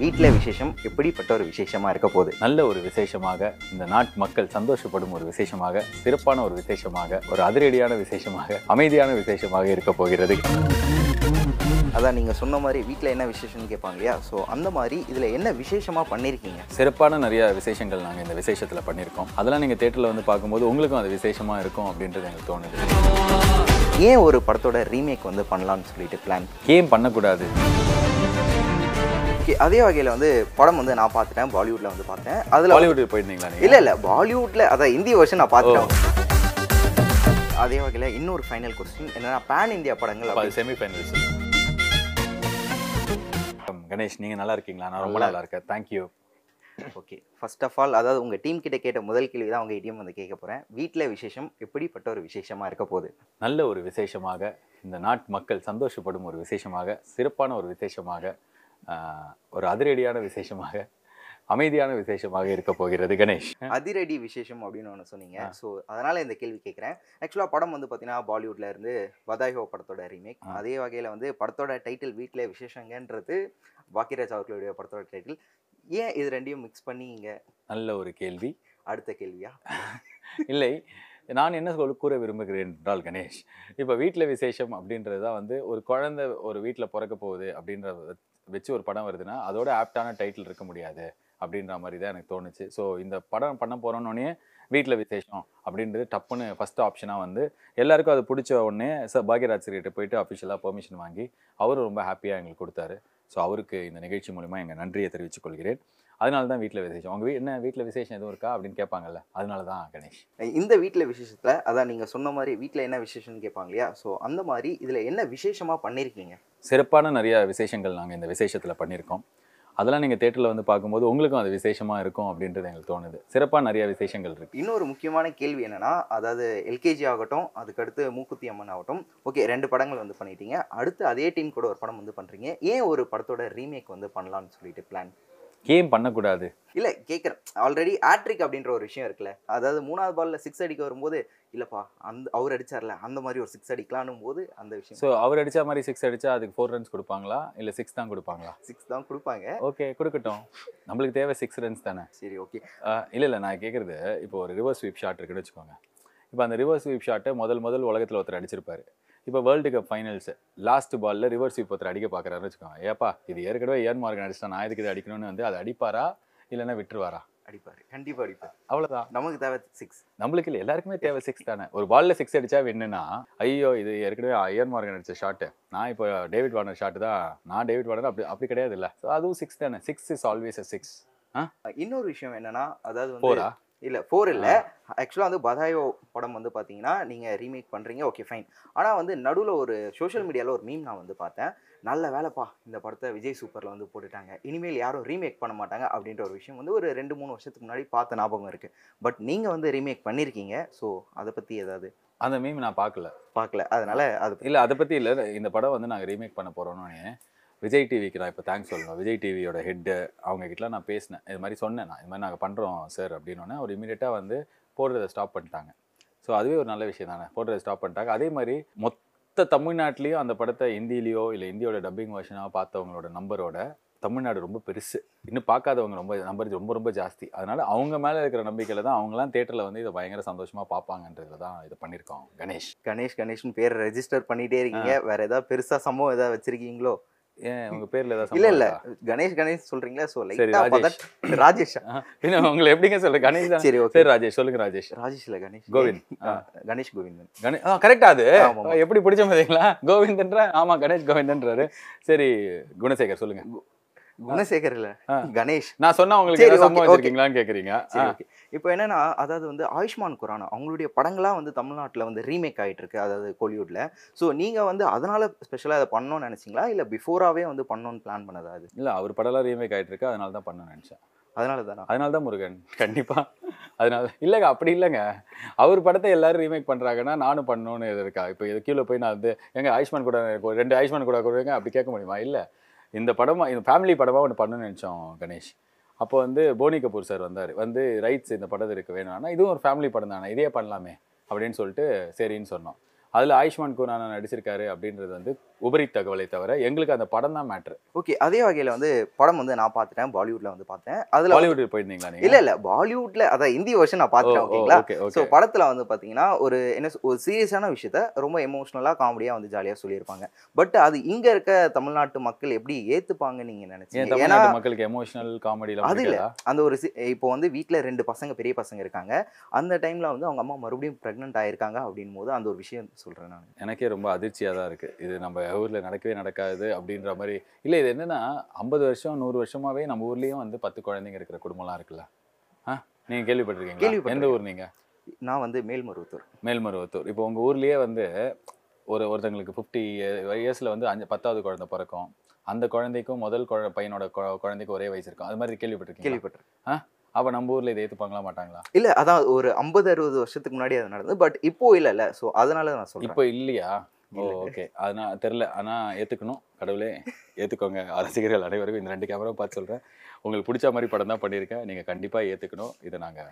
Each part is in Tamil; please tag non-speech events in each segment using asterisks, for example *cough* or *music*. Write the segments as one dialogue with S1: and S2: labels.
S1: வீட்டில் விசேஷம் எப்படிப்பட்ட ஒரு விசேஷமா இருக்க போகுது
S2: நல்ல ஒரு விசேஷமாக இந்த நாட் மக்கள் சந்தோஷப்படும் ஒரு விசேஷமாக சிறப்பான ஒரு விசேஷமாக ஒரு அதிரடியான விசேஷமாக அமைதியான விசேஷமாக இருக்க போகிறது
S1: அதான் நீங்கள் சொன்ன மாதிரி வீட்டில் என்ன விசேஷம்னு கேட்பாங்க இல்லையா ஸோ அந்த மாதிரி இதில் என்ன விசேஷமாக பண்ணியிருக்கீங்க
S2: சிறப்பான நிறைய விசேஷங்கள் நாங்கள் இந்த விசேஷத்தில் பண்ணியிருக்கோம் அதெல்லாம் நீங்கள் தேட்டரில் வந்து பார்க்கும்போது உங்களுக்கும் அது விசேஷமாக இருக்கும் அப்படின்றது எனக்கு தோணுது
S1: ஏன் ஒரு படத்தோட ரீமேக் வந்து பண்ணலாம்னு சொல்லிட்டு பிளான்
S2: ஏன் பண்ணக்கூடாது
S1: அதே வகையில் வந்து படம் வந்து நான் பார்த்துட்டேன் பாலிவுட்டில் வந்து பார்த்தேன் அதில்
S2: பாலிவுட்டுக்கு போயிருந்தீங்களா நீங்கள்
S1: இல்லை இல்லை பாலிவுட்டில் அதான் இந்தி வருஷன் நான் பார்த்துட்டேன் அதே வகையில் இன்னொரு ஃபைனல் கொஸ்டின் என்னன்னா பேன் இந்தியா படங்கள்
S2: அப்போ
S1: அப்படி-
S2: அது செமிஃபைனல்ஸ் கணேஷ் நீங்கள் நல்லா இருக்கீங்களா நான் ரொம்ப நல்லா இருக்கேன் thank you
S1: okay first of all அதாவது உங்கள் டீம் கிட்ட கேட்ட முதல் கேள்வி தான் உங்கள் டீம் வந்து கேட்க போகிறேன் வீட்டில் விசேஷம் எப்படிப்பட்ட ஒரு விசேஷமாக இருக்க போகுது
S2: நல்ல ஒரு விசேஷமாக இந்த நாட்டு மக்கள் சந்தோஷப்படும் ஒரு விசேஷமாக சிறப்பான ஒரு விசேஷமாக ஆஹ், ஒரு அதிரடியான விசேஷமாக அமைதியான விசேஷமாக இருக்க போகிறது கணேஷ்
S1: அதிரடி விசேஷம் அப்படின்னு ஒன்று சொன்னீங்க ஸோ அதனால் இந்த கேள்வி கேட்குறேன் ஆக்சுவலாக படம் வந்து பார்த்தீங்கன்னா பாலிவுட்ல இருந்து பதாய் ஹோ படத்தோட ரீமேக்
S2: ஆ.
S1: அதே வகையில் வந்து படத்தோட டைட்டில் வீட்டில் விசேஷங்கன்றது பாக்கியராஜ் அவர்களுடைய படத்தோட டைட்டில் ஏன் இது ரெண்டையும் மிக்ஸ் பண்ணி இங்கே
S2: நல்ல ஒரு கேள்வி
S1: அடுத்த கேள்வியா
S2: இல்லை நான் என்ன சொல் கூற விரும்புகிறேன் என்றால் கணேஷ் இப்போ வீட்டில் விசேஷம் அப்படின்றது தான் வந்து ஒரு குழந்தை ஒரு வீட்டில் பிறக்க போகுது அப்படின்ற வ- வச்சு ஒரு படம் வருதுன்னா அதோட ஆப்டான டைட்டில் இருக்க முடியாது அப்படின்ற மாதிரி தான் எனக்கு தோணுச்சு ஸோ இந்த படம் பண்ண போகிறோன்னே வீட்டில் விசேஷம் அப்படின்றது டப்புன்னு ஃபஸ்ட் ஆப்ஷனாக வந்து எல்லாருக்கும் அது பிடிச்ச உடனே சார் பாக்யராஜ் கிட்ட போயிட்டு அஃபிஷியலாக பெர்மிஷன் வாங்கி அவரும் ரொம்ப ஹாப்பியாக எங்களுக்கு கொடுத்தாரு ஸோ அவருக்கு இந்த நிகழ்ச்சி மூலிமா எங்கள் நன்றியை தெரிவித்துக் கொள்கிறேன் அதனால தான் வீட்டில் விசேஷம் உங்கள் வீ என்ன வீட்டில் விசேஷம் எதுவும் இருக்கா அப்படின்னு கேட்பாங்கல்ல அதனால தான் கணேஷ்
S1: இந்த வீட்டில் விசேஷத்தில் அதான் நீங்கள் சொன்ன மாதிரி வீட்டில் என்ன விசேஷம்னு கேட்பாங்க இல்லையா ஸோ அந்த மாதிரி இதில் என்ன விசேஷமாக பண்ணியிருக்கீங்க
S2: சிறப்பான நிறைய விசேஷங்கள் நாங்கள் இந்த விசேஷத்தில் பண்ணியிருக்கோம் அதெல்லாம் நீங்கள் தேட்டரில் வந்து பார்க்கும்போது உங்களுக்கும் அது விசேஷமாக இருக்கும் அப்படின்றது எங்களுக்கு தோணுது சிறப்பாக நிறைய விசேஷங்கள் இருக்குது
S1: இன்னொரு முக்கியமான கேள்வி என்னன்னா அதாவது எல்கேஜி ஆகட்டும் அதுக்கடுத்து மூக்குத்தி அம்மன் ஆகட்டும் ஓகே ரெண்டு படங்கள் வந்து பண்ணிட்டீங்க அடுத்து அதே டீம் கூட ஒரு படம் வந்து பண்ணுறீங்க ஏன் ஒரு படத்தோட ரீமேக் வந்து பண்ணலாம்னு சொல்லிட்டு பிளான்
S2: ஏன் பண்ணக்கூடாது
S1: இல்லை கேட்குறேன் ஆல்ரெடி ஆட்ரிக் அப்படின்ற ஒரு விஷயம் இருக்குல்ல அதாவது மூணாவது பால்ல சிக்ஸ் அடிக்க வரும்போது இல்லைப்பா அந்த அவர் அடிச்சார்ல அந்த மாதிரி ஒரு சிக்ஸ் அடிக்கலாம்னும் போது அந்த விஷயம்
S2: ஸோ அவர் அடிச்சா மாதிரி சிக்ஸ் அடிச்சா அதுக்கு ஃபோர் ரன்ஸ் கொடுப்பாங்களா இல்லை சிக்ஸ் தான் கொடுப்பாங்களா
S1: சிக்ஸ் தான் கொடுப்பாங்க
S2: ஓகே கொடுக்கட்டும் நம்மளுக்கு தேவை சிக்ஸ் ரன்ஸ் தானே
S1: சரி ஓகே
S2: இல்லை இல்லை நான் கேட்குறது இப்போ ஒரு ரிவர்ஸ் ஸ்வீப் ஷாட் இருக்குன்னு வச்சுக்கோங்க இப்போ அந்த ரிவர்ஸ் ஸ்வீப் ஷாட்டை முதல் முதல் உலகத்தில் ஒருத்தர் அடிச்சிருப்பாரு இப்போ வேர்ல்டு கப் ஃபைனல்ஸ் லாஸ்ட் பால்ல ரிவர்ஸ் ஸ்வீப் ஒருத்தர் அடிக்க பார்க்குறாருன்னு வச்சுக்கோங்க ஏப்பா இது ஏற்கனவே ஏன் மார்க் அடிச்சிட்டா நான் எதுக்கு இது அடிக்கணும்னு வந்து அதை அடிப்பாரா இல்லைன்னா விட்டுருவாரா
S1: அடிப்பார் கண்டிப்பாக அடிப்பார்
S2: அவ்வளோதான்
S1: நமக்கு தேவை சிக்ஸ்
S2: நம்மளுக்கு இல்லை எல்லாருக்குமே தேவை சிக்ஸ் தானே ஒரு பால்ல சிக்ஸ் அடிச்சா வின்னுனா ஐயோ இது ஏற்கனவே ஐயர் மார்கன் அடிச்ச ஷாட்டு நான் இப்போ டேவிட் வார்னர் ஷாட்டு தான் நான் டேவிட் வார்னர் அப்படி அப்படி கிடையாது இல்லை ஸோ அதுவும் சிக்ஸ் தானே six is always a six
S1: இன்னொரு விஷயம் என்னன்னா அதாவது வந்து
S2: போரா
S1: இல்ல ஃபோர் இல்ல ஆக்சுவலா வந்து பதாயோ படம் வந்து பாத்தீங்கன்னா நீங்க ரீமேக் பண்றீங்க ஓகே ஃபைன் ஆனா வந்து நடுவுல ஒரு சோஷியல் மீடியால ஒரு மீம் நான் வந்து பார்த்தேன் நல்ல வேலைப்பா இந்த படத்தை விஜய் சூப்பர்ல வந்து போட்டுட்டாங்க இனிமேல் யாரும் ரீமேக் பண்ண மாட்டாங்க அப்படின்ற ஒரு விஷயம் வந்து ஒரு ரெண்டு மூணு வருஷத்துக்கு முன்னாடி பார்த்த ஞாபகம் இருக்கு பட் நீங்க வந்து ரீமேக் பண்ணிருக்கீங்க ஸோ அதை பத்தி ஏதாவது
S2: அந்த மீம் நான் பார்க்கல
S1: பார்க்கல அதனால அது
S2: இல்லை அதை பற்றி இல்லை இந்த படம் வந்து நாங்கள் ரீமேக் பண்ண போகிறோன்னு விஜய் டிவிக்கு நான் இப்போ தேங்க்ஸ் சொல்லணும் விஜய் டிவியோட ஹெட்டு அவங்க கிட்டலாம் நான் பேசினேன் இது மாதிரி சொன்னேன் நான் இது மாதிரி நாங்கள் பண்ணுறோம் சார் அப்படின்னோடனே ஒரு இமீடியட்டாக வந்து போடுறதை ஸ்டாப் பண்ணிட்டாங்க ஸோ அதுவே ஒரு நல்ல விஷயம் தானே போடுறதை ஸ்டாப் பண்ணிட்டாங்க அதே மாதிரி மொத்த தமிழ்நாட்டிலையும் அந்த படத்தை ஹிந்திலேயோ இல்லை இந்தியோட டப்பிங் வருஷனாக பார்த்தவங்களோட நம்பரோட தமிழ்நாடு ரொம்ப பெருசு இன்னும் பார்க்காதவங்க ரொம்ப நம்பர் ரொம்ப ரொம்ப ஜாஸ்தி அதனால அவங்க மேலே இருக்கிற நம்பிக்கையில் தான் அவங்களாம் தேட்டரில் வந்து இதை பயங்கர சந்தோஷமாக பார்ப்பாங்கன்றதுல தான் இதை பண்ணியிருக்கோம் கணேஷ்
S1: கணேஷ் கணேஷ்னு பேர் ரெஜிஸ்டர் பண்ணிட்டே இருக்கீங்க வேற ஏதாவது பெருசா சம்பவம் ஏதாவது வச்சிருக்கீங்களோ
S2: ஏன் உங்கள் பேரில் ஏதாவது
S1: இல்ல
S2: சம்பவம்
S1: இல்ல
S2: இருக்கா?
S1: கணேஷ் கணேஷ் சொல்றீங்களா ஸோ
S2: சரி
S1: லைட்டா
S2: ராஜேஷ்
S1: ராஜேஷா
S2: பின்ன உங்களை எப்படிங்க சொல்ற கணேஷ்
S1: *laughs*
S2: தான்
S1: சரி ஓகே
S2: சரி ராஜேஷ் சொல்லுங்க ராஜேஷ்
S1: ராஜேஷ் இல்ல கணேஷ்
S2: கோவிந்த்.
S1: ஆ, கணேஷ் கோவிந்தன்
S2: கணே ஆ கரெக்டா அது
S1: ஆமா, ஆமா.
S2: எப்படி பிடிச்ச மாதிரிங்களா கோவிந்தன்ற ஆமா கணேஷ் கோவிந்தன்றாரு சரி குணசேகர் சொல்லுங்க
S1: குணசேகர் இல்ல
S2: ஆ.
S1: கணேஷ்
S2: நான் சொன்னா உங்களுக்கு
S1: சரி,
S2: ஏதாவது
S1: okay,
S2: சம்பவம்
S1: okay.
S2: வச்சிருக்கீங்களான்னு கேக்குறீங்க ஆ,
S1: சரி ஓகே இப்போ என்னன்னா அதாவது வந்து ஆயுஷ்மான் குரானா அவங்களுடைய படங்களாக வந்து தமிழ்நாட்டில் வந்து ரீமேக் ஆயிட்டு இருக்கு அதாவது கோலிவுட்ல ஸோ நீங்க வந்து அதனால ஸ்பெஷலாக அதை பண்ணணும்னு நினைச்சீங்களா இல்ல பிஃபோராகவே வந்து பண்ணணும்னு பிளான் பண்ணதா அது
S2: இல்ல அவர் படம்லாம் ரீமேக் ஆயிட்டு இருக்கு அதனால தான் பண்ண நினைச்சேன்
S1: அதனால தானா
S2: அதனால தான் முருகன் கண்டிப்பா அதனால இல்லைங்க அப்படி இல்லைங்க அவர் படத்தை எல்லாரும் ரீமேக் பண்றாங்கன்னா நானும் பண்ணணும்னு இது இருக்கா இப்போ இது கீழே போய் நான் வந்து எங்க ஆயுஷ்மான் கூட எனக்கு ரெண்டு ஆயுஷ்மான் கூட கொடுங்க அப்படி கேட்க முடியுமா இல்ல இந்த படமா இந்த ஃபேமிலி படமா ஒன்று பண்ணணும்னு நினைச்சோம் கணேஷ் அப்போ வந்து போனி கபூர் சார் வந்தார் வந்து ரைட்ஸ் இந்த படத்திற்கு வேணும்னா இதுவும் ஒரு ஃபேமிலி படம் தானே இதே பண்ணலாமே அப்படின்னு சொல்லிட்டு சரின்னு சொன்னோம் அதில் ஆயுஷ்மான் குரானா நடிச்சிருக்காரு அப்படின்றது வந்து உபரி தகவலை தவிர எங்களுக்கு அந்த படம் தான் மேட்ரு
S1: ஓகே அதே வகையில் வந்து படம் வந்து நான் பார்த்துட்டேன் பாலிவுட்ல வந்து பார்த்தேன் அதில்
S2: பாலிவுட் போயிருந்தீங்களா நீங்க
S1: இல்ல இல்ல பாலிவுட்ல அதான் இந்தி வருஷன் நான் பார்த்துட்டேன் ஓகேங்களா
S2: ஓகே
S1: ஸோ
S2: ஓகே
S1: படத்துல வந்து பாத்தீங்கன்னா ஒரு என்ன சொ- ஒரு சீரியஸான விஷயத்த ரொம்ப எமோஷ்னலா காமெடியா வந்து ஜாலியா சொல்லியிருப்பாங்க பட் அது இங்க இருக்க தமிழ்நாட்டு மக்கள் எப்படி ஏத்துப்பாங்கன்னு நீங்க
S2: ஏன்
S1: நினைச்சீங்க ஏன்னா
S2: தமிழ்நாட்டு மக்களுக்கு எமோஷனல் காமெடியில
S1: அது இல்ல. அந்த ஒரு சி- இப்போ வந்து வீட்ல ரெண்டு பசங்க பெரிய பசங்க இருக்காங்க அந்த டைம்ல வந்து அவங்க அம்மா மறுபடியும் பிரெக்னென்ட் ஆயிருக்காங்க அப்படின் போது அந்த ஒரு விஷயம் சொல்றேன் நான்
S2: எனக்கே ரொம்ப அதிர்ச்சியா தான் இருக்கு இது நம்ம ஊர்ல நடக்கவே நடக்காது அப்படின்ற மாதிரி இல்ல இது என்னன்னா ஐம்பது வருஷம் நூறு வருஷமாவே நம்ம ஊர்லயும் வந்து பத்து குழந்தைங்க இருக்கிற குடும்பம்லாம் இருக்குல்ல ஆ நீங்க கேள்விப்பட்டிருக்கீங்களா எந்த
S1: கேள்விப்பட்டிருக்கேன்.
S2: ஊர் நீங்க
S1: நான் வந்து மேல்மருவத்தூர்
S2: மேல்மருவத்தூர் இப்போ உங்கள் ஊர்லேயே வந்து ஒரு ஒருத்தங்களுக்கு ஃபிஃப்டி இயர்ஸில் வந்து அஞ்சு பத்தாவது குழந்தை பிறக்கும் அந்த குழந்தைக்கும் முதல் குழ பையனோட குழ- குழந்தைக்கு ஒரே வயசு இருக்கும் அது மாதிரி கேள்விப்பட்டிருக்கீங்க
S1: கேள்விப்பட்டிருக்கேன்
S2: அப்போ நம்ம ஊரில் இதை ஏற்றுப்பாங்களா மாட்டாங்களா
S1: இல்ல அதான் ஒரு ஐம்பது அறுபது வருஷத்துக்கு முன்னாடி அது நடந்தது பட் இப்போ இல்ல இல்ல ஸோ அதனால நான் சொல்றேன்
S2: இப்போ இல்லையா ஓ
S1: இல்ல.
S2: ஓகே அதனால் தெரில ஆனால் ஏற்றுக்கணும் கடவுளே ஏற்றுக்கோங்க ரசிகர்கள் அனைவருக்கும் இந்த ரெண்டு கேமராவும் பார்த்து சொல்கிறேன் உங்களுக்கு பிடிச்ச மாதிரி படம் தான் பண்ணியிருக்கேன் நீங்கள் கண்டிப்பாக ஏற்றுக்கணும் இதை நாங்கள்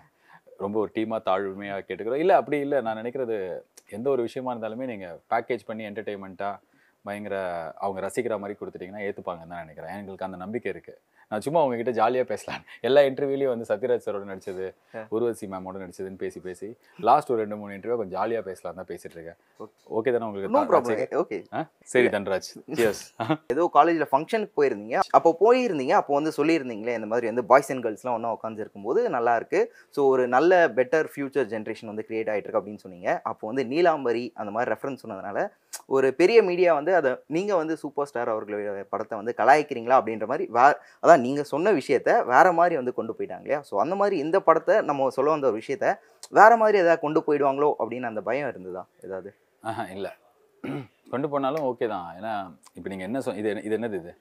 S2: ரொம்ப ஒரு டீமாக தாழ்மையாக கேட்டுக்கிறோம் இல்லை அப்படி இல்லை நான் நினைக்கிறது எந்த ஒரு விஷயமா இருந்தாலுமே நீங்கள் பேக்கேஜ் பண்ணி என்டர்டெயின்மெண்ட்டாக பயங்கர அவங்க ரசிக்கிற மாதிரி கொடுத்துட்டீங்கன்னா ஏற்றுப்பாங்கன்னு தான் நினைக்கிறேன் எங்களுக்கு அந்த நம்பிக்கை இருக்குது நான் சும்மா உங்ககிட்ட ஜாலியாக பேசலாம் எல்லா இன்டர்வியூலையும் வந்து சத்யராஜ் சரோட நடிச்சது உருவசி மேமோட நடிச்சதுன்னு பேசி பேசி லாஸ்ட் ஒரு ரெண்டு மூணு இன்டர்வியூ கொஞ்சம் ஜாலியாக பேசலாம் தான் பேசிட்டு இருக்கேன் ஓகே தானே
S1: நோ
S2: உங்களுக்கு
S1: ப்ராப்ளம் ஓகே
S2: ஆ? சரி தன்ராஜ் எஸ்
S1: ஏதோ காலேஜில் ஃபங்க்ஷனுக்கு போயிருந்தீங்க அப்போ போயிருந்தீங்க அப்போ வந்து சொல்லியிருந்தீங்களே இந்த மாதிரி வந்து பாய்ஸ் அண்ட் கேர்ள்ஸ்லாம் ஒன்றா உட்காந்துருக்கும் போது நல்லா இருக்கு ஸோ ஒரு நல்ல பெட்டர் ஃபியூச்சர் ஜென்ரேஷன் வந்து கிரியேட் ஆயிட்டு இருக்கு அப்படின்னு சொன்னீங்க அப்போ வந்து நீலாம்பரி அந்த மாதிரி ரெஃபரன்ஸ் சொன்னதுனால ஒரு பெரிய மீடியா வந்து அதை நீங்கள் வந்து சூப்பர் ஸ்டார் அவர்களுடைய படத்தை வந்து கலாய்க்கிறீங்களா அப்படின்ற மாதிரி வே அதான் நீங்கள் சொன்ன விஷயத்த வேற மாதிரி வந்து கொண்டு போயிட்டாங்க இல்லையா ஸோ அந்த மாதிரி இந்த படத்தை நம்ம சொல்ல வந்த ஒரு விஷயத்த வேற மாதிரி எதாவது கொண்டு போயிடுவாங்களோ அப்படின்னு அந்த பயம் இருந்ததா ஏதாவது
S2: ஆஹா இல்லை கொண்டு போனாலும் ஓகே தான் ஏன்னா இப்போ நீங்கள் என்ன சொ இது என்ன- இது என்னது இது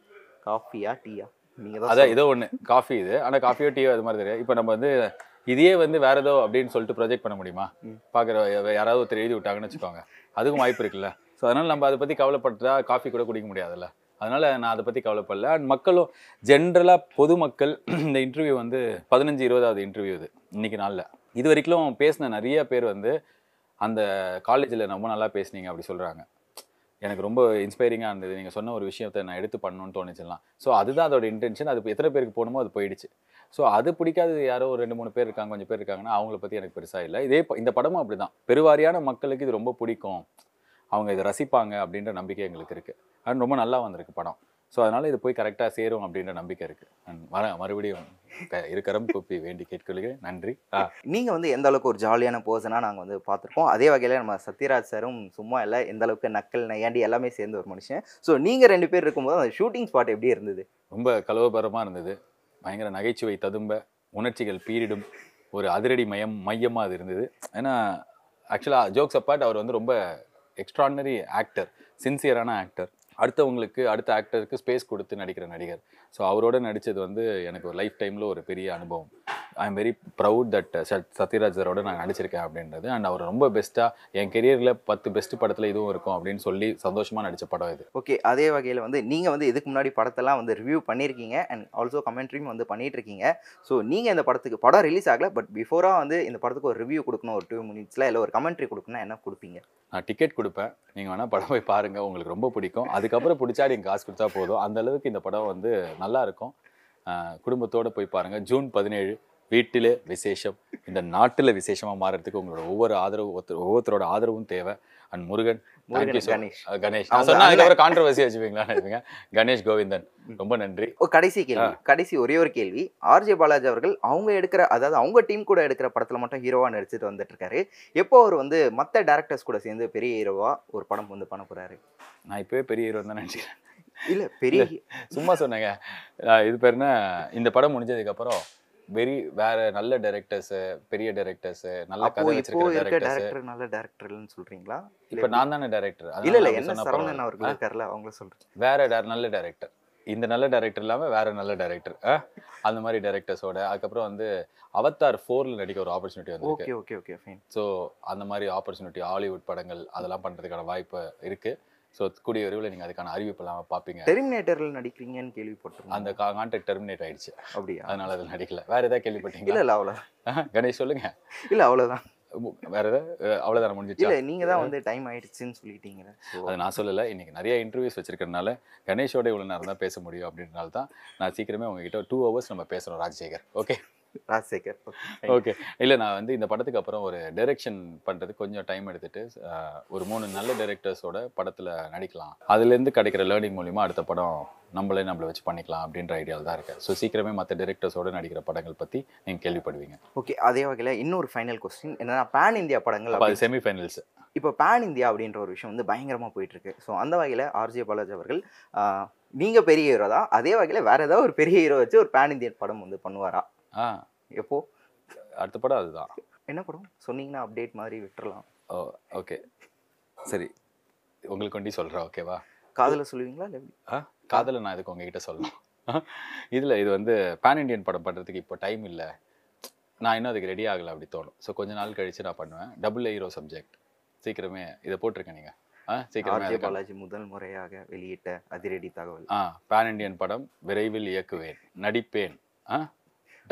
S1: காஃபியா டீயா நீங்கள்
S2: அதான் ஏதோ ஒன்று காஃபி இது ஆனால் காஃபியோ டீயோ அது மாதிரி தெரியாது இப்போ நம்ம வந்து இதையே வந்து வேற ஏதோ அப்படின்னு சொல்லிட்டு ப்ரொஜெக்ட் பண்ண முடியுமா
S1: ம்.
S2: பார்க்குற யாராவது ஒருத்தர் எழுதி விட்டாங்கன்னு வச்சுக்கோங்க அதுக்கும் வாய்ப்பு இருக்குல்ல ஸோ அதனால நம்ம அதை பற்றி கவலைப்பட்டா காஃபி கூட குடிக்க முடியாதுல்ல அதனால நான் அதை பற்றி கவலைப்படல அண்ட் மக்களும் ஜென்ரலாக பொதுமக்கள் *clears throat* இந்த இன்டர்வியூ வந்து பதினஞ்சு இருபதாவது இன்டர்வியூ இது இன்னைக்கு நாளில் இது வரைக்கும் பேசின நிறைய பேர் வந்து அந்த காலேஜில் ரொம்ப நல்லா பேசுனீங்க அப்படி சொல்கிறாங்க எனக்கு ரொம்ப இன்ஸ்பைரிங்காக இருந்தது நீங்கள் சொன்ன ஒரு விஷயத்தை நான் எடுத்து பண்ணணும்னு தோணுச்சுலாம் ஸோ அதுதான் அதோட இன்டென்ஷன் அது எத்தனை பேருக்கு போகணுமோ அது போயிடுச்சு ஸோ அது பிடிக்காது யாரோ ஒரு ரெண்டு மூணு பேர் இருக்காங்க கொஞ்சம் பேர் இருக்காங்கன்னா அவங்கள பற்றி எனக்கு பெருசாக இல்லை இதே ப- இந்த படமும் அப்படி தான் பெருவாரியான மக்களுக்கு இது ரொம்ப பிடிக்கும் அவங்க இதை ரசிப்பாங்க அப்படின்ற நம்பிக்கை எங்களுக்கு இருக்குது அண்ட் ரொம்ப நல்லா வந்திருக்கு படம் ஸோ அதனால் இது போய் கரெக்டாக சேரும் அப்படின்ற நம்பிக்கை இருக்குது அண்ட் வர மறுபடியும் க- இருக்கரம் குப்பி வேண்டி கேட்கலுக்கு நன்றி ஆ
S1: நீங்க வந்து எந்த அளவுக்கு ஒரு ஜாலியான பர்சனாக நாங்க வந்து பார்த்துருக்கோம் அதே வகையில நம்ம சத்யராஜ் சாரும் சும்மா இல்லை எந்த அளவுக்கு நக்கல் நையாண்டி எல்லாமே சேர்ந்து ஒரு மனுஷன் ஸோ நீங்க ரெண்டு பேர் இருக்கும்போது அந்த ஷூட்டிங் ஸ்பாட் எப்படி இருந்தது
S2: ரொம்ப கலவரமாக இருந்தது பயங்கர நகைச்சுவை ததும்ப உணர்ச்சிகள் பீரிடும் ஒரு அதிரடி மயம் மையமாக அது இருந்தது ஏன்னா ஆக்சுவலாக ஜோக்ஸ் அப்பார்ட் அவர் வந்து ரொம்ப எக்ஸ்ட்ராடனரி ஆக்டர் சின்சியரான ஆக்டர் அடுத்தவங்களுக்கு அடுத்த ஆக்டருக்கு ஸ்பேஸ் கொடுத்து நடிக்கிற நடிகர் ஸோ அவரோட நடித்தது வந்து எனக்கு ஒரு லைஃப் டைமில் ஒரு பெரிய அனுபவம் I am very proud that Sathyaraj சாரோட நான் நடிச்சிருக்கேன் அப்படின்றது அண்ட் அவர் ரொம்ப பெஸ்ட்டாக என் கெரியரில் பத்து பெஸ்ட் படத்தில் இதுவும் இருக்கும் அப்படின்னு சொல்லி சந்தோஷமாக நடித்த படம் இது
S1: ஓகே அதே வகையில வந்து நீங்க வந்து இதுக்கு முன்னாடி படத்தெல்லாம் வந்து ரிவ்யூ பண்ணியிருக்கீங்க அண்ட் ஆல்சோ கமெண்ட்ரியும் வந்து பண்ணிட்டு இருக்கீங்க ஸோ நீங்க இந்த படத்துக்கு படம் ரிலீஸ் ஆகல பட் பிஃபோரா வந்து இந்த படத்துக்கு ஒரு ரிவ்யூ கொடுக்கணும் ஒரு டூ மினிட்ஸ்ல இல்லை ஒரு கமெண்ட்ரி கொடுக்கணும் என்ன கொடுப்பீங்க
S2: நான் டிக்கெட் கொடுப்பேன் நீங்கள் வேணால் படம் போய் பாருங்கள் உங்களுக்கு ரொம்ப பிடிக்கும் அதுக்கப்புறம் பிடிச்சா நீங்கள் காசு கொடுத்தா போதும் அந்த அளவுக்கு இந்த படம் வந்து நல்லா இருக்கும் அஹ் குடும்பத்தோட போய் பாருங்கள் ஜூன் பதினேழு வீட்டிலே விசேஷம் இந்த நாட்டில் விசேஷமாக மாறுறதுக்கு உங்களோட ஒவ்வொரு ஆதரவு ஒருத்தர் ஒவ்வொருத்தரோட ஆதரவும் தேவை and Murugan Thank you
S1: Murugan
S2: so-
S1: Ganesh
S2: அஹ் கணேஷ் நான்
S1: அவங்க
S2: சொன்னால்
S1: அண்ணன்.
S2: அதுக்கப்புறம் கான்ட்ரவர்சி வச்சுப்பீங்களா நினைப்பீங்க கணேஷ் கோவிந்தன் ரொம்ப நன்றி
S1: ஓ கடைசி கேள்வி கடைசி ஒரே ஒரு கேள்வி ஆர்ஜே பாலாஜி அவர்கள் அவங்க எடுக்கிற அதாவது அவங்க டீம் கூட எடுக்கிற படத்துல மட்டும் ஹீரோவா நடிச்சிட்டு வந்துட்டு இருக்காரு எப்போ அவர் வந்து மத்த டேரக்டர்ஸ் கூட சேர்ந்து பெரிய ஹீரோவா ஒரு படம் வந்து பண்ண போறாரு
S2: நான் இப்போவே பெரிய ஹீரோ தான் நினச்சிக்கிறேன்
S1: இல்ல பெரிய
S2: சும்மா சொன்னேங்க அஹ் இது பேர் என்ன இந்த படம் முடிஞ்சதுக்கப்புறம் வெரி வேற நல்ல டைரக்டர்ஸு பெரிய டைரக்டர்ஸு நல்ல
S1: அப்போ
S2: கதை
S1: இப்போ
S2: வச்சிருக்கிற
S1: இருக்க
S2: டைரக்டர்ஸ்
S1: டேரக்டர் நல்ல டேரக்டர் இல்லைன்னு சொல்றீங்க
S2: இப்போ நான் தானே டைரக்டர்
S1: இல்ல இல்ல என்ன சரவணன் அவர்கள் இருக்காருல்ல அவங்கள சொல்றேன்
S2: வேற டே- நல்ல டைரக்டர் இந்த நல்ல டைரக்டர் இல்லாம வேற நல்ல டைரக்டர் அந்த மாதிரி டைரக்டர்ஸோட அதுக்கப்புறம் வந்து அவத்தார் ஃபோர்ல நடிக்க ஒரு ஆப்பர்ச்சுனிட்டி வந்திருக்கு
S1: okay okay okay fine
S2: so அந்த மாதிரி ஆப்பர்ச்சுனிட்டி ஹாலிவுட் படங்கள் அதெல்லாம் பண்றதுக்கான வாய்ப்பு இருக்கு ஸோ கூடிய விரைவில் நீங்க அதுக்கான அறிவிப்பு இல்லாம பாப்பீங்க
S1: டெர்மினேட்டர்ல நடிக்கிறீங்கன்னு கேள்விப்பட்டிருந்தேன்
S2: அந்த கான்ட்ராக்ட் டெர்மினேட் ஆயிடுச்சு
S1: அப்படியா
S2: அதனால அது நடிக்கல வேற ஏதாவது கேள்விப்பட்டீங்களா
S1: இல்ல இல்ல அவ்வளோ
S2: கணேஷ் சொல்லுங்க
S1: இல்ல அவ்வளவுதான்
S2: வேற ஏதாவது அவ்வளோதான் முடிஞ்சிச்சு
S1: இல்ல நீங்க தான் வந்து டைம் ஆயிடுச்சுன்னு சொல்லிட்டீங்க
S2: அது நான் சொல்லலை இன்னைக்கு நிறைய இன்டர்வியூஸ் வச்சிருக்கறனால கணேஷோட இவ்வளோ நேரம் தான் பேச முடியும் அப்படின்றனால தான் நான் சீக்கிரமே உங்ககிட்ட டூ ஹவர்ஸ் நம்ம பேசுகிறோம் ராஜசேகர் ஓகே
S1: ராஜசேகர்
S2: ஓகே இல்லை நான் வந்து இந்த படத்துக்கு அப்புறம் ஒரு டைரக்ஷன் பண்ணுறது கொஞ்சம் டைம் எடுத்துட்டு அஹ், ஒரு மூணு நல்ல டைரக்டர்ஸோட படத்தில் நடிக்கலாம் அதுலேருந்து கிடைக்கிற லேர்னிங் மூலிமா அடுத்த படம் நம்மளே நம்மளை வச்சு பண்ணிக்கலாம் அப்படின்ற ஐடியாவில் தான் இருக்கேன் ஸோ சீக்கிரமே மற்ற டைரக்டர்ஸோட நடிக்கிற படங்கள் பற்றி நீங்கள் கேள்விப்படுவீங்க
S1: ஓகே அதே வகையில இன்னொரு ஃபைனல் கொஸ்டின் என்னன்னா பேன் இந்தியா படங்கள்
S2: அப்போ அது செமிஃபைனல்ஸ்
S1: இப்போ பேன் இந்தியா அப்படின்ற ஒரு விஷயம் வந்து பயங்கரமாக போயிட்டுருக்கு ஸோ அந்த வகையில் ஆர்ஜே பாலாஜி அவர்கள் நீங்கள் பெரிய ஹீரோ தான் அதே வகையில் வேறு ஏதாவது ஒரு பெரிய ஹீரோ வச்சு ஒரு பேன் இந்தியன் படம் வந்து பண்ணுவாரா
S2: ஆ
S1: எப்போ
S2: அடுத்த படம் அதுதான்
S1: என்ன படம் சொன்னீங்கன்னா அப்டேட் மாதிரி விட்டுறலாம்
S2: ஓ ஓகே சரி உங்களுக்கு வண்டி சொல்கிறேன் ஓகேவா
S1: காதில் சொல்லுவீங்களா இல்லை எப்படி?
S2: ஆ காதலை நான் இதுக்கு உங்ககிட்ட சொல்லணும் *laughs* இதில் இது வந்து பேன் இண்டியன் படம் பண்ணுறதுக்கு இப்போ டைம் இல்லை நான் இன்னும் அதுக்கு ரெடி ஆகலை அப்படி தோணும் ஸோ கொஞ்ச நாள் கழித்து நான் பண்ணுவேன் டபுள் ஹீரோ சப்ஜெக்ட் சீக்கிரமே இதை போட்டிருக்கேன் நீங்கள் ஆ சீக்கிரமே
S1: ஆர்ஜே
S2: அதுக்கான-
S1: பாலாஜி முதல் முறையாக வெளியிட்ட அதிரடி தகவல்
S2: ஆ பேன் இண்டியன் படம் விரைவில் இயக்குவேன் நடிப்பேன் ஆ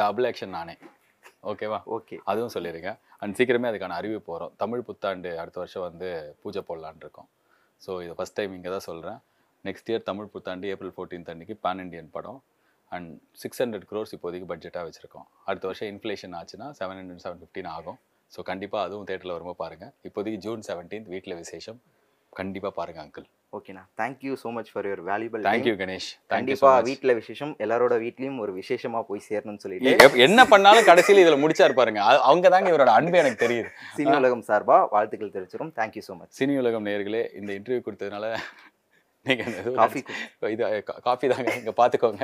S2: டபுள் ஆக்ஷன் நானே ஓகேவா
S1: ஓகே
S2: அதுவும் சொல்லியிருக்கேன் அண்ட் சீக்கிரமே அதுக்கான அறிவு போகிறோம் தமிழ் புத்தாண்டு அடுத்த வருஷம் வந்து பூஜை போடலான்னு இருக்கோம் ஸோ இது ஃபஸ்ட் டைம் இங்கே தான் சொல்கிறேன் நெக்ஸ்ட் இயர் தமிழ் புத்தாண்டு ஏப்ரல் 14th அன்னைக்கு பேன் இண்டியன் படம் அண்ட் சிக்ஸ் ஹண்ட்ரட் க்ரோர்ஸ் இப்போதைக்கு பட்ஜெட்டாக வச்சுருக்கோம் அடுத்த வருஷம் இன்ஃப்ளேஷன் ஆச்சுன்னா செவன் ஹண்ட்ரட் செவன் ஃபிஃப்டின் ஆகும் ஸோ கண்டிப்பாக அதுவும் தேட்டரில் வரும்போது பாருங்கள் இப்போதைக்கு ஜூன் செவன்டீன்த் வீட்டில் விசேஷம் கண்டிப்பாக பாருங்கள் அங்கிள்
S1: ஓகேண்ணா thank you so much for your valuable
S2: thank you Ganesh thank you so
S1: கண்டிப்பா வீட்டில் விசேஷம் எல்லாரோட வீட்லயும் ஒரு விசேஷமா போய் சேரணும்னு சொல்லிட்டு
S2: என்ன பண்ணாலும் கடைசியில் இதில் முடிச்சா இருப்பாருங்க அது- அவங்க தாங்க இவரோட அன்பு எனக்கு தெரியுது
S1: சினி உலகம் சார்பா வாழ்த்துக்கள் தெரிவிச்சிடும் தேங்க்யூ ஸோ மச்
S2: சினி உலகம் நேயர்களே இந்த இன்டர்வியூ கொடுத்ததுனால நீங்கள்
S1: காஃபி
S2: இது கா- காஃபி தாங்க இங்கே பார்த்துக்கோங்க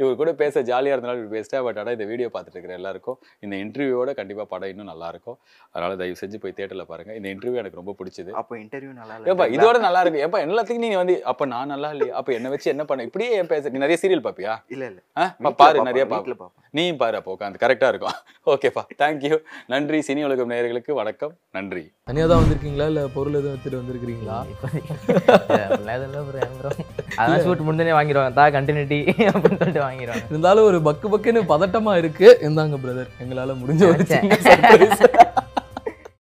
S2: இவர் கூட பேச ஜாலியாக இருந்தாலும் இப்படி பேசிட்டேன் பட் ஆனால் இந்த வீடியோ பார்த்துட்டு இருக்கிற எல்லாருக்கும் இந்த இன்டர்வியூவோட கண்டிப்பாக படம் இன்னும் நல்லா இருக்கும் அதனால் தயவு செஞ்சு போய் தேட்டரில் பாருங்கள் இந்த இன்டர்வியூ எனக்கு ரொம்ப பிடிச்சது
S1: அப்போ இன்டர்வியூ நல்லா
S2: ஏப்பா
S1: இல்லைங்களா?
S2: இதோட நல்லா இருக்கு ஏப்பா எல்லாத்துக்கும் நீ வந்து அப்போ நான் நல்லா இல்லையா அப்போ என்னை வச்சு என்ன பண்ண இப்படியே ஏன் பேச நீ நிறைய சீரியல் பார்ப்பியா
S1: இல்ல இல்ல
S2: ஆ
S1: வீட்ல
S2: பாரு
S1: பாப்பேன்,
S2: நிறைய
S1: வீட்ல
S2: பார்ப்பேன்
S1: பாப்பேன்.
S2: நீயும் பாரு அப்போ உட்காந்து கரெக்டாக இருக்கும் *laughs* ஓகேப்பா தேங்க்யூ நன்றி சினி உலகம் நேயர்களுக்கு வணக்கம் நன்றி
S3: தனியாக தான் வந்திருக்கீங்களா இல்லை பொருள் எதுவும் எடுத்துகிட்டு வந்திருக்கிறீங்களா
S4: அதான் ஷூட் முடிஞ்சனே வாங்கிடுவாங்க தா கண்டினியூட்டி அப்படின்னு சொல்லிட்டு வாங்கிடுவாங்க
S3: இருந்தாலும் ஒரு பக்கு பக்குன்னு பதட்டமாக இருக்குது இருந்தாங்க பிரதர் எங்களால் முடிஞ்ச ஒரு
S4: நினைச்சேன்.
S3: சின்ன surprise.